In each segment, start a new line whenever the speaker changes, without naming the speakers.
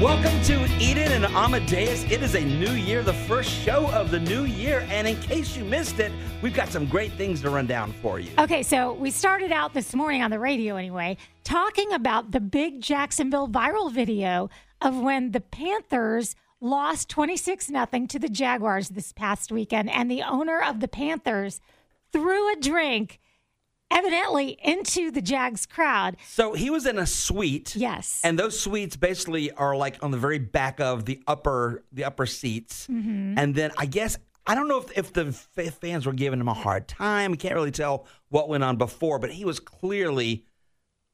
Welcome to Eden and Amadeus. It is a new year, the first show of the new year. And in case you missed it, we've got some great things to run down for you.
Okay, so we started out this morning on the radio anyway, talking about the big Jacksonville viral video of when the Panthers lost 26 nothing to the Jaguars this past weekend and the owner of the Panthers threw a drink evidently into the Jags crowd.
So he was in a suite.
Yes.
And those suites basically are like on the very back of the upper the upper seats. And then I guess I don't know if if the fa- fans were giving him a hard time. I can't really tell what went on before, but he was clearly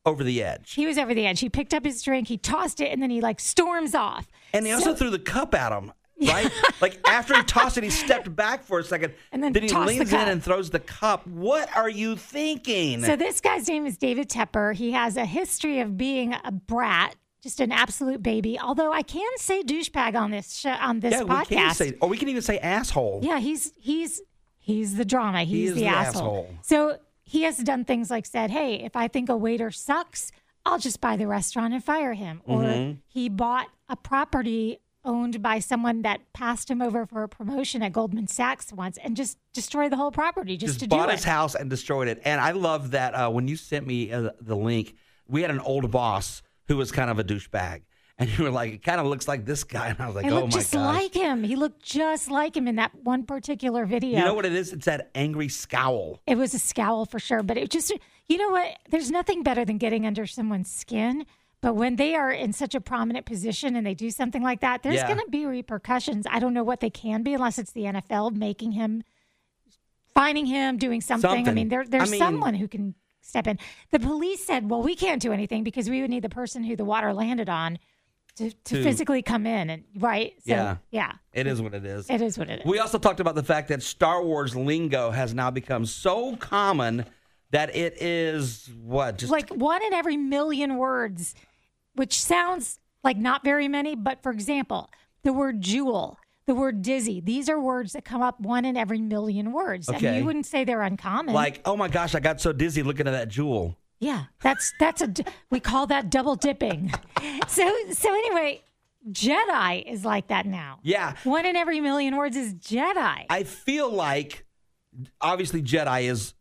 over the edge.
He was over the edge. He picked up his drink, he tossed it and then he like storms off.
And he also threw the cup at him, right? like after he tossed it, he stepped back for a second.
And then
he
tossed the
leans
cup.
in and throws the cup. What are you thinking?
So this guy's name is David Tepper. He has a history of being a brat, just an absolute baby. Although I can say douchebag on this show, on this
yeah,
podcast.
we can say, or we can even say asshole.
yeah, he's he's he's the drama. He's
is
the,
the
asshole.
asshole.
So he has done things like said, "Hey, if I think a waiter sucks, I'll just buy the restaurant and fire him."
Mm-hmm.
Or he bought a property owned by someone that passed him over for a promotion at Goldman Sachs once and just destroyed the whole property just,
just
to
bought
do
his
it.
house and destroyed it. And I love that uh, when you sent me uh, the link, we had an old boss who was kind of a douchebag, and you were like, "It kind of looks like this guy," and I was like,
He
"Oh my
looked just
gosh."
like him. He looked just like him in that one particular video.
you know what it is? It's that angry scowl.
It was a scowl for sure, but it just, you know what? There's nothing better than getting under someone's skin. But when they are in such a prominent position and they do something like that, there's
Yeah.
going to be repercussions. I don't know what they can be unless it's the NFL making him, finding him, doing something. I
Something.
mean, there,
I
there's
mean-
someone who can step in. The police said, well, we can't do anything because we would need the person who the water landed on to, to,
To-
physically come in. And right. So,
Yeah.
Yeah.
It is what it is.
It is what it is.
We also talked about the fact that Star Wars lingo has now become so common that it is what just
like one in every million words, which sounds like not very many, but for example, the word jewel, the word dizzy, these are words that come up one in every million words. And
Okay.
you wouldn't say they're uncommon.
like oh my gosh, I got so dizzy looking at that jewel.
yeah, that's that's a d- we call that double dipping. so so anyway, Jedi is like that now.
Yeah,
One in every million words is Jedi.
I feel like obviously Jedi is,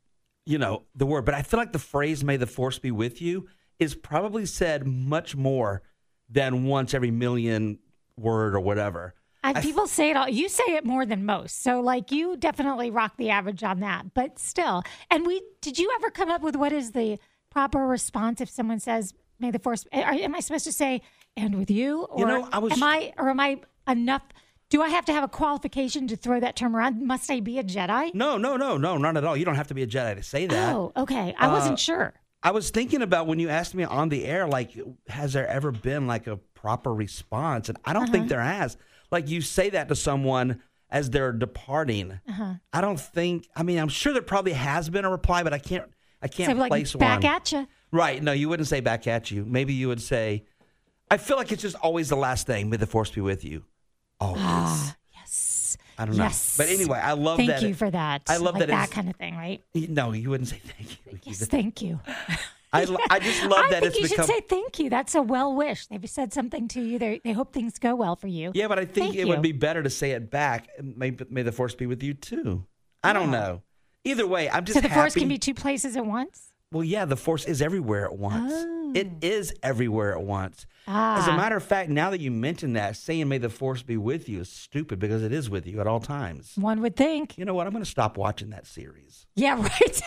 you know, the word, but I feel like the phrase "May the Force be with you" is probably said much more than once every million word or whatever.
I, people say it all. You say it more than most. So, like, you definitely rock the average on that. But still, and we did you ever come up with what is the proper response if someone says "May the force"? Are, am I supposed to say "and with you"? Or
know, I was-
Am I or am I enough? Do I have to have a qualification to throw that term around? Must I be a Jedi?
No, no, no, no, not at all. You don't have to be a Jedi to say that.
Oh, okay. I
uh,
wasn't sure.
I was thinking about when you asked me on the air, like, has there ever been like a proper response? And I don't
Uh-huh.
think there has. Like, you say that to someone as they're departing.
Uh-huh.
I don't think. I mean, I'm sure there probably has been a reply, but I can't. I can't
So, like,
place
back
one.
at you.
Right. No, you wouldn't say back at you. Maybe you would say, I feel like it's just always the last thing. May the force be with you. Always.
Ah, Yes.
I don't know.
yes.
But anyway, I love
Thank
that.
you for that.
I love
like
that
that
it's-
kind of thing, right?
No, you wouldn't say thank you.
Yes. Thank you.
I, lo- I just love
I
that
think
it's
you
become.
should say thank you. That's a well wish. They've said something to you. They they hope things go well for you.
yeah, but I think
Thank
it would
you.
be better to say it back. May, may the force be with you too. I don't know. Either way, I'm just
So the
happy.
force can be two places at once.
Well, yeah, the force is everywhere at once. It
Oh.
is everywhere at once. As
Ah,
a matter of fact, now that you mention that, saying "May the force be with you" is stupid because it is with you at all times.
One would think.
You know what? I'm going to stop watching that series.
Yeah, right.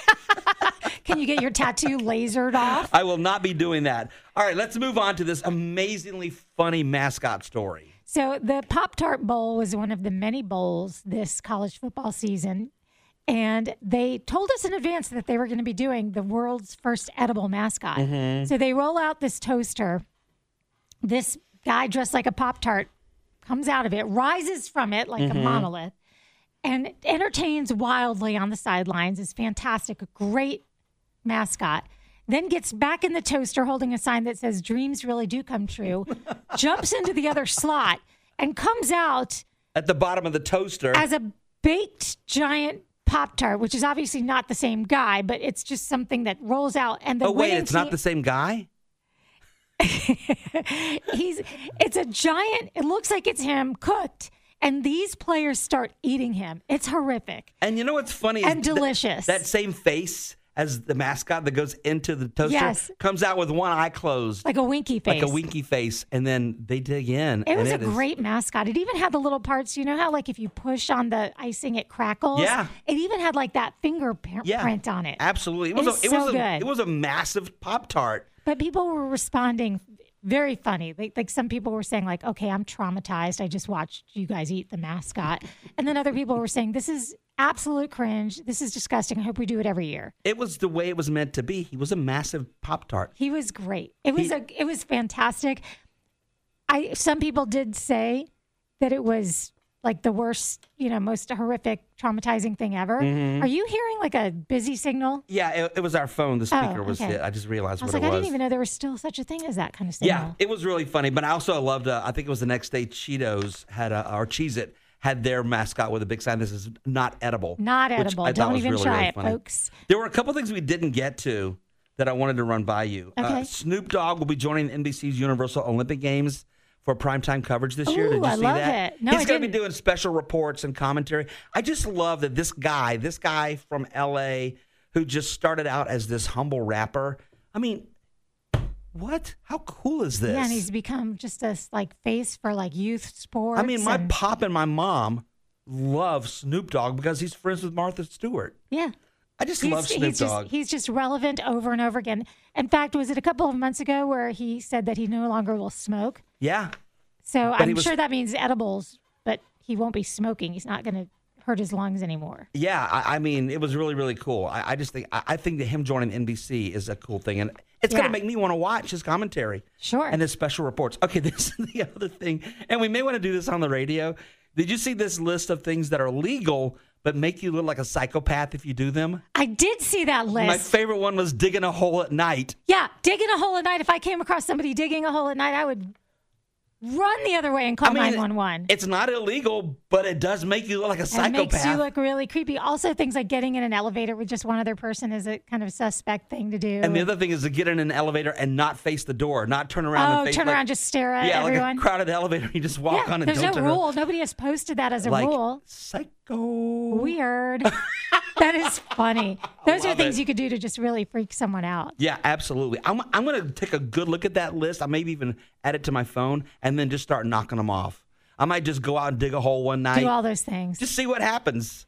can you get your tattoo lasered off?
I will not be doing that. All right, let's move on to this amazingly funny mascot story.
So the Pop Tart Bowl was one of the many bowls this college football season. And they told us in advance that they were going to be doing the world's first edible mascot. So they roll out this toaster. This guy dressed like a Pop Tart comes out of it, rises from it like a monolith, and entertains wildly on the sidelines. Is fantastic, a great mascot. Then gets back in the toaster holding a sign that says dreams really do come true, jumps into the other slot and comes out
At the bottom of the toaster,
as a baked giant pop tart, which is obviously not the same guy, but it's just something that rolls out and the
Oh wait,
winning
it's not
team-
the same guy.
He's it's a giant. It looks like it's him cooked, and these players start eating him. It's horrific.
And you know what's funny? is
And
th-
delicious.
That same face as the mascot that goes into the toaster
Yes.
comes out with one eye closed,
Like a winky face.
like a winky face, and then they dig in.
It
and
was a
is-
great mascot. It even had the little parts. You know how, like, if you push on the icing, it crackles.
Yeah.
It even had like that fingerprint
yeah,
print on it.
Absolutely, it
It
was
is
a, it
so
was a,
good.
it was a massive pop tart.
But people were responding very funny. Like, like some people were saying, like, "Okay, I'm traumatized. I just watched you guys eat the mascot," and then other people were saying, "This is absolute cringe. This is disgusting. I hope we do it every year."
It was the way it was meant to be. He was a massive pop tart.
He was great. It was
He-
a it was fantastic. I some people did say that it was like the worst, you know, most horrific, traumatizing thing ever.
Mm-hmm.
Are you hearing like a busy signal?
Yeah, it, it was our phone. The speaker was
Oh, okay.
it. I just realized
I was
what
like,
it
I
was.
didn't even know there was still such a thing as that kind of signal.
Yeah, it was really funny. But I also loved. Uh, I think it was the next day. Cheetos had a, or Cheez It had their mascot with a big sign. This is not edible.
Not
which I
edible.
thought
Don't
was
even
really,
try
really
it,
funny.
folks.
There were a couple things we didn't get to that I wanted to run by you. Uh,
Okay.
Snoop Dogg will be joining NBC's Universal Olympic Games. For primetime coverage this year,
Ooh,
did you
I
see
love
that?
it. No,
He's
I
gonna be
didn't.
doing special reports and commentary. I just love that this guy, this guy from LA, who just started out as this humble rapper. I mean, what? How cool is this?
Yeah, and he's become just this like face for like youth sports.
I mean, my
and-
pop and my mom love Snoop Dogg because he's friends with Martha Stewart.
yeah.
I just
He's,
love Snoop
he's
Dogg.
just he's just relevant over and over again. In fact, was it a couple of months ago where he said that he no longer will smoke?
yeah.
So
he
I'm
was-
sure that means edibles, but he won't be smoking. He's not going to hurt his lungs anymore.
Yeah. I, I mean, it was really, really cool. I, I just think, I, I think that him joining NBC is a cool thing. And it's going
Yeah.
to make me want to watch his commentary.
Sure.
And his special reports. Okay. This is the other thing. And we may want to do this on the radio. Did you see this list of things that are legal but make you look like a psychopath if you do them?
I did see that
My
list.
favorite one was digging a hole at night.
yeah, digging a hole at night. If I came across somebody digging a hole at night, I would run the other way and call
I mean,
911.
It's not illegal, but it does make you look like a
It
psychopath.
makes you look really creepy. Also, things like getting in an elevator with just one other person is a kind of suspect thing to do.
and the other thing is to get in an elevator and not face the door, not turn around.
oh,
and face,
turn
like-
around, just stare at
yeah, like
everyone.
a crowded elevator. You just walk
yeah,
on and
there's
don't
no
turn
rule. Nobody has posted that as a
around. Like
rule.
psycho.
Weird. that is funny. Those are
Love
things
it.
you could do to just really freak someone out.
Yeah, absolutely. I'm I'm gonna take a good look at that list. I maybe even add it to my phone and then just start knocking them off. I might just go out and dig a hole one night,
Do all those things.
just see what happens.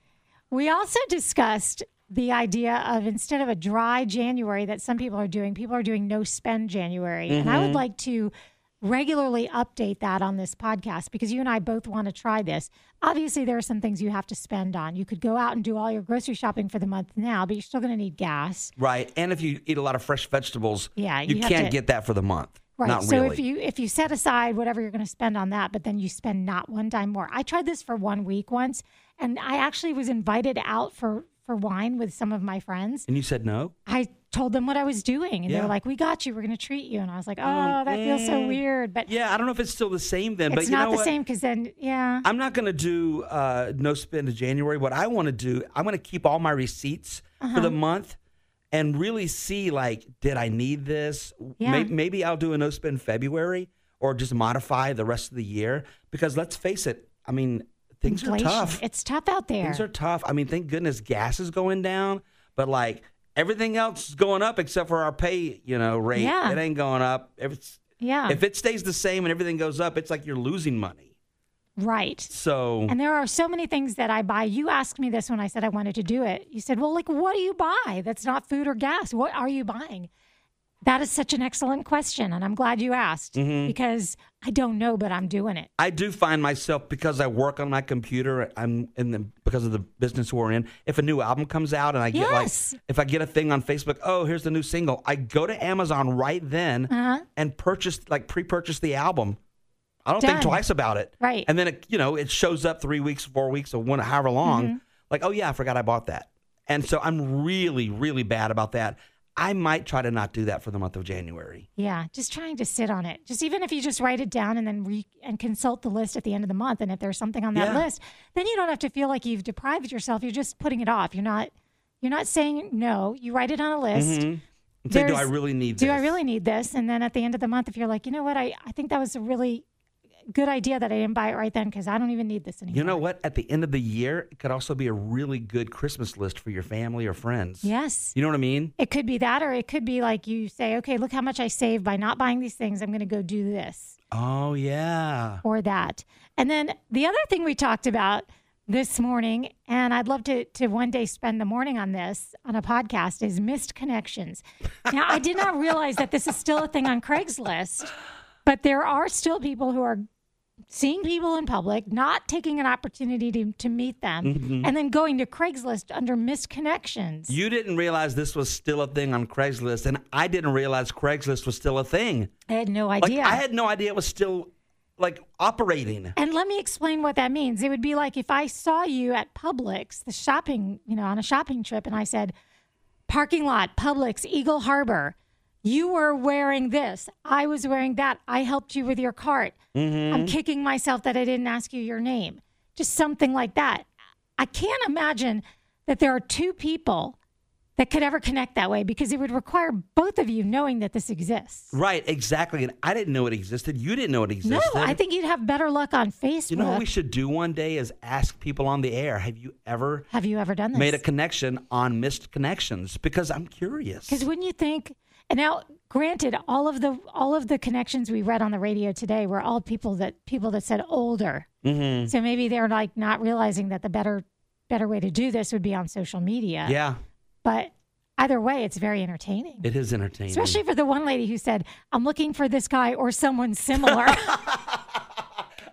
We also discussed the idea of instead of a dry January that some people are doing, people are doing no spend January. And I would
Mm-hmm.
like to regularly update that on this podcast because you and I both want to try this. Obviously, there are some things you have to spend on. You could go out and do all your grocery shopping for the month now, but you're still going to need gas.
Right, and if you eat a lot of fresh vegetables,
Yeah,
you,
you have
can't
to-
get that for the month.
Right.
Not
so
really.
if you if you set aside whatever you're going to spend on that, but then you spend not one dime more. I tried this for one week once, and I actually was invited out for for wine with some of my friends.
and you said no.
I told them what I was doing, and they
Yeah.
were like, "We got you. We're going to treat you." And I was like, "Oh, that feels so weird," but
Yeah, I don't know if it's still the same then, but
it's
you
not
know
the
what?
same because then, yeah.
I'm not going to do uh, no spend in January. What I want to do, I'm going to keep all my receipts for
Uh-huh.
the month and really see like, did I need this?
Yeah.
Maybe, maybe I'll do a no spend February or just modify the rest of the year because let's face it. I mean, things
inflation.
are tough.
It's tough out there.
Things are tough. I mean, thank goodness gas is going down, but like everything else is going up except for our pay, you know, rate.
Yeah.
It ain't going up. If, it's,
yeah,
if it stays the same and everything goes up, it's like you're losing money.
right.
So
And there are so many things that I buy. You asked me this when I said I wanted to do it. You said, "Well, like, what do you buy? That's not food or gas. What are you buying?" That is such an excellent question, and I'm glad you asked because I don't know, but I'm doing it.
I do find myself because I work on my computer. I'm in the because of the business we're in. If a new album comes out and I get
Yes.
like, if I get a thing on Facebook, oh, here's the new single. I go to Amazon right then
Uh-huh.
and purchase like pre-purchase the album. I don't
Done.
think twice about it.
Right.
And then it, you know it shows up three weeks, four weeks, or one however long.
Mm-hmm.
Like oh yeah, I forgot I bought that. And so I'm really really bad about that. I might try to not do that for the month of January.
Yeah, just trying to sit on it. Just even if you just write it down and then re- and consult the list at the end of the month, and if there's something on that
Yeah.
list, then you don't have to feel like you've deprived yourself. You're just putting it off. You're not you're not saying no. You write it on a list,
and say, do
there's-
I really need
do
this?
I really need this? And then at the end of the month, if you're like, you know what, I, I think that was a really good idea that I didn't buy it right then because I don't even need this anymore.
You know what? At the end of the year, it could also be a really good Christmas list for your family or friends.
yes.
You know what I mean?
It could be that, or it could be like you say, okay, look how much I saved by not buying these things. I'm going to go do this
Oh, yeah.
or that. And then the other thing we talked about this morning, and I'd love to, to one day spend the morning on this on a podcast, is missed connections. Now, I did not realize that this is still a thing on Craigslist, but there are still people who are seeing people in public, not taking an opportunity to, to meet them, and then going to Craigslist under missed connections.
Mm-hmm. You didn't realize this was still a thing on Craigslist, and I didn't realize Craigslist was still a thing.
I had no
Like,
idea.
I had no idea it was still like operating.
And let me explain what that means. It would be like if I saw you at Publix, the shopping, you know, on a shopping trip, and I said, parking lot, Publix, Eagle Harbor, you were wearing this. I was wearing that. I helped you with your cart.
Mm-hmm.
I'm kicking myself that I didn't ask you your name. Just something like that. I can't imagine that there are two people that could ever connect that way because it would require both of you knowing that this exists.
Right, exactly. And I didn't know it existed. You didn't know it existed.
No, I think you'd have better luck on Facebook.
You know what we should do one day is ask people on the air, have you ever
have you ever done this?
made a connection on missed connections? Because I'm curious.
Because wouldn't you think? And now, granted, all of the all of the connections we read on the radio today were all people that people that said older. Mm-hmm. So maybe they're like not realizing that the better better way to do this would be on social media.
Yeah,
But either way, it's very entertaining.
it is entertaining.
Especially for the one lady who said, "I'm looking for this guy or someone similar."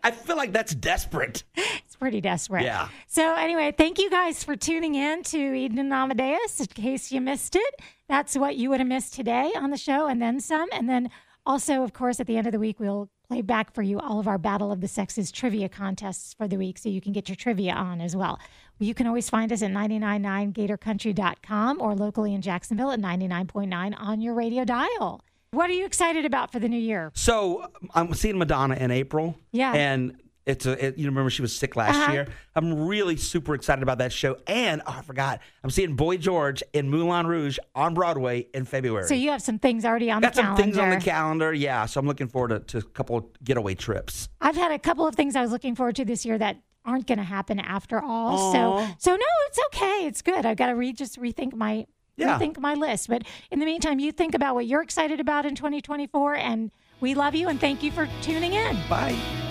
I feel like that's desperate.
it's pretty desperate.
Yeah.
So anyway, thank you guys for tuning in to Eden and Amadeus. In case you missed it, that's what you would have missed today on the show, and then some. And then also, of course, at the end of the week, we'll play back for you all of our Battle of the Sexes trivia contests for the week, so you can get your trivia on as well. You can always find us at 999gatorcountry.com or locally in Jacksonville at 99.9 on your radio dial. What are you excited about for the new year?
So I'm seeing Madonna in April.
Yeah. Uh-huh.
And it's a, it, you remember she was sick last year. I'm really super excited about that show. And oh, I forgot, I'm seeing Boy George in Moulin Rouge on Broadway in February.
So you have some things already on
Got
the
some
calendar.
things on the calendar. Yeah. So I'm looking forward to, to a couple of getaway trips.
I've had a couple of things I was looking forward to this year that aren't going to happen after all. So, so no, it's okay. It's good. I've got to re just rethink my
Yeah.
rethink my list. But in the meantime, you think about what you're excited about in 2024, and we love you and thank you for tuning in.
Bye.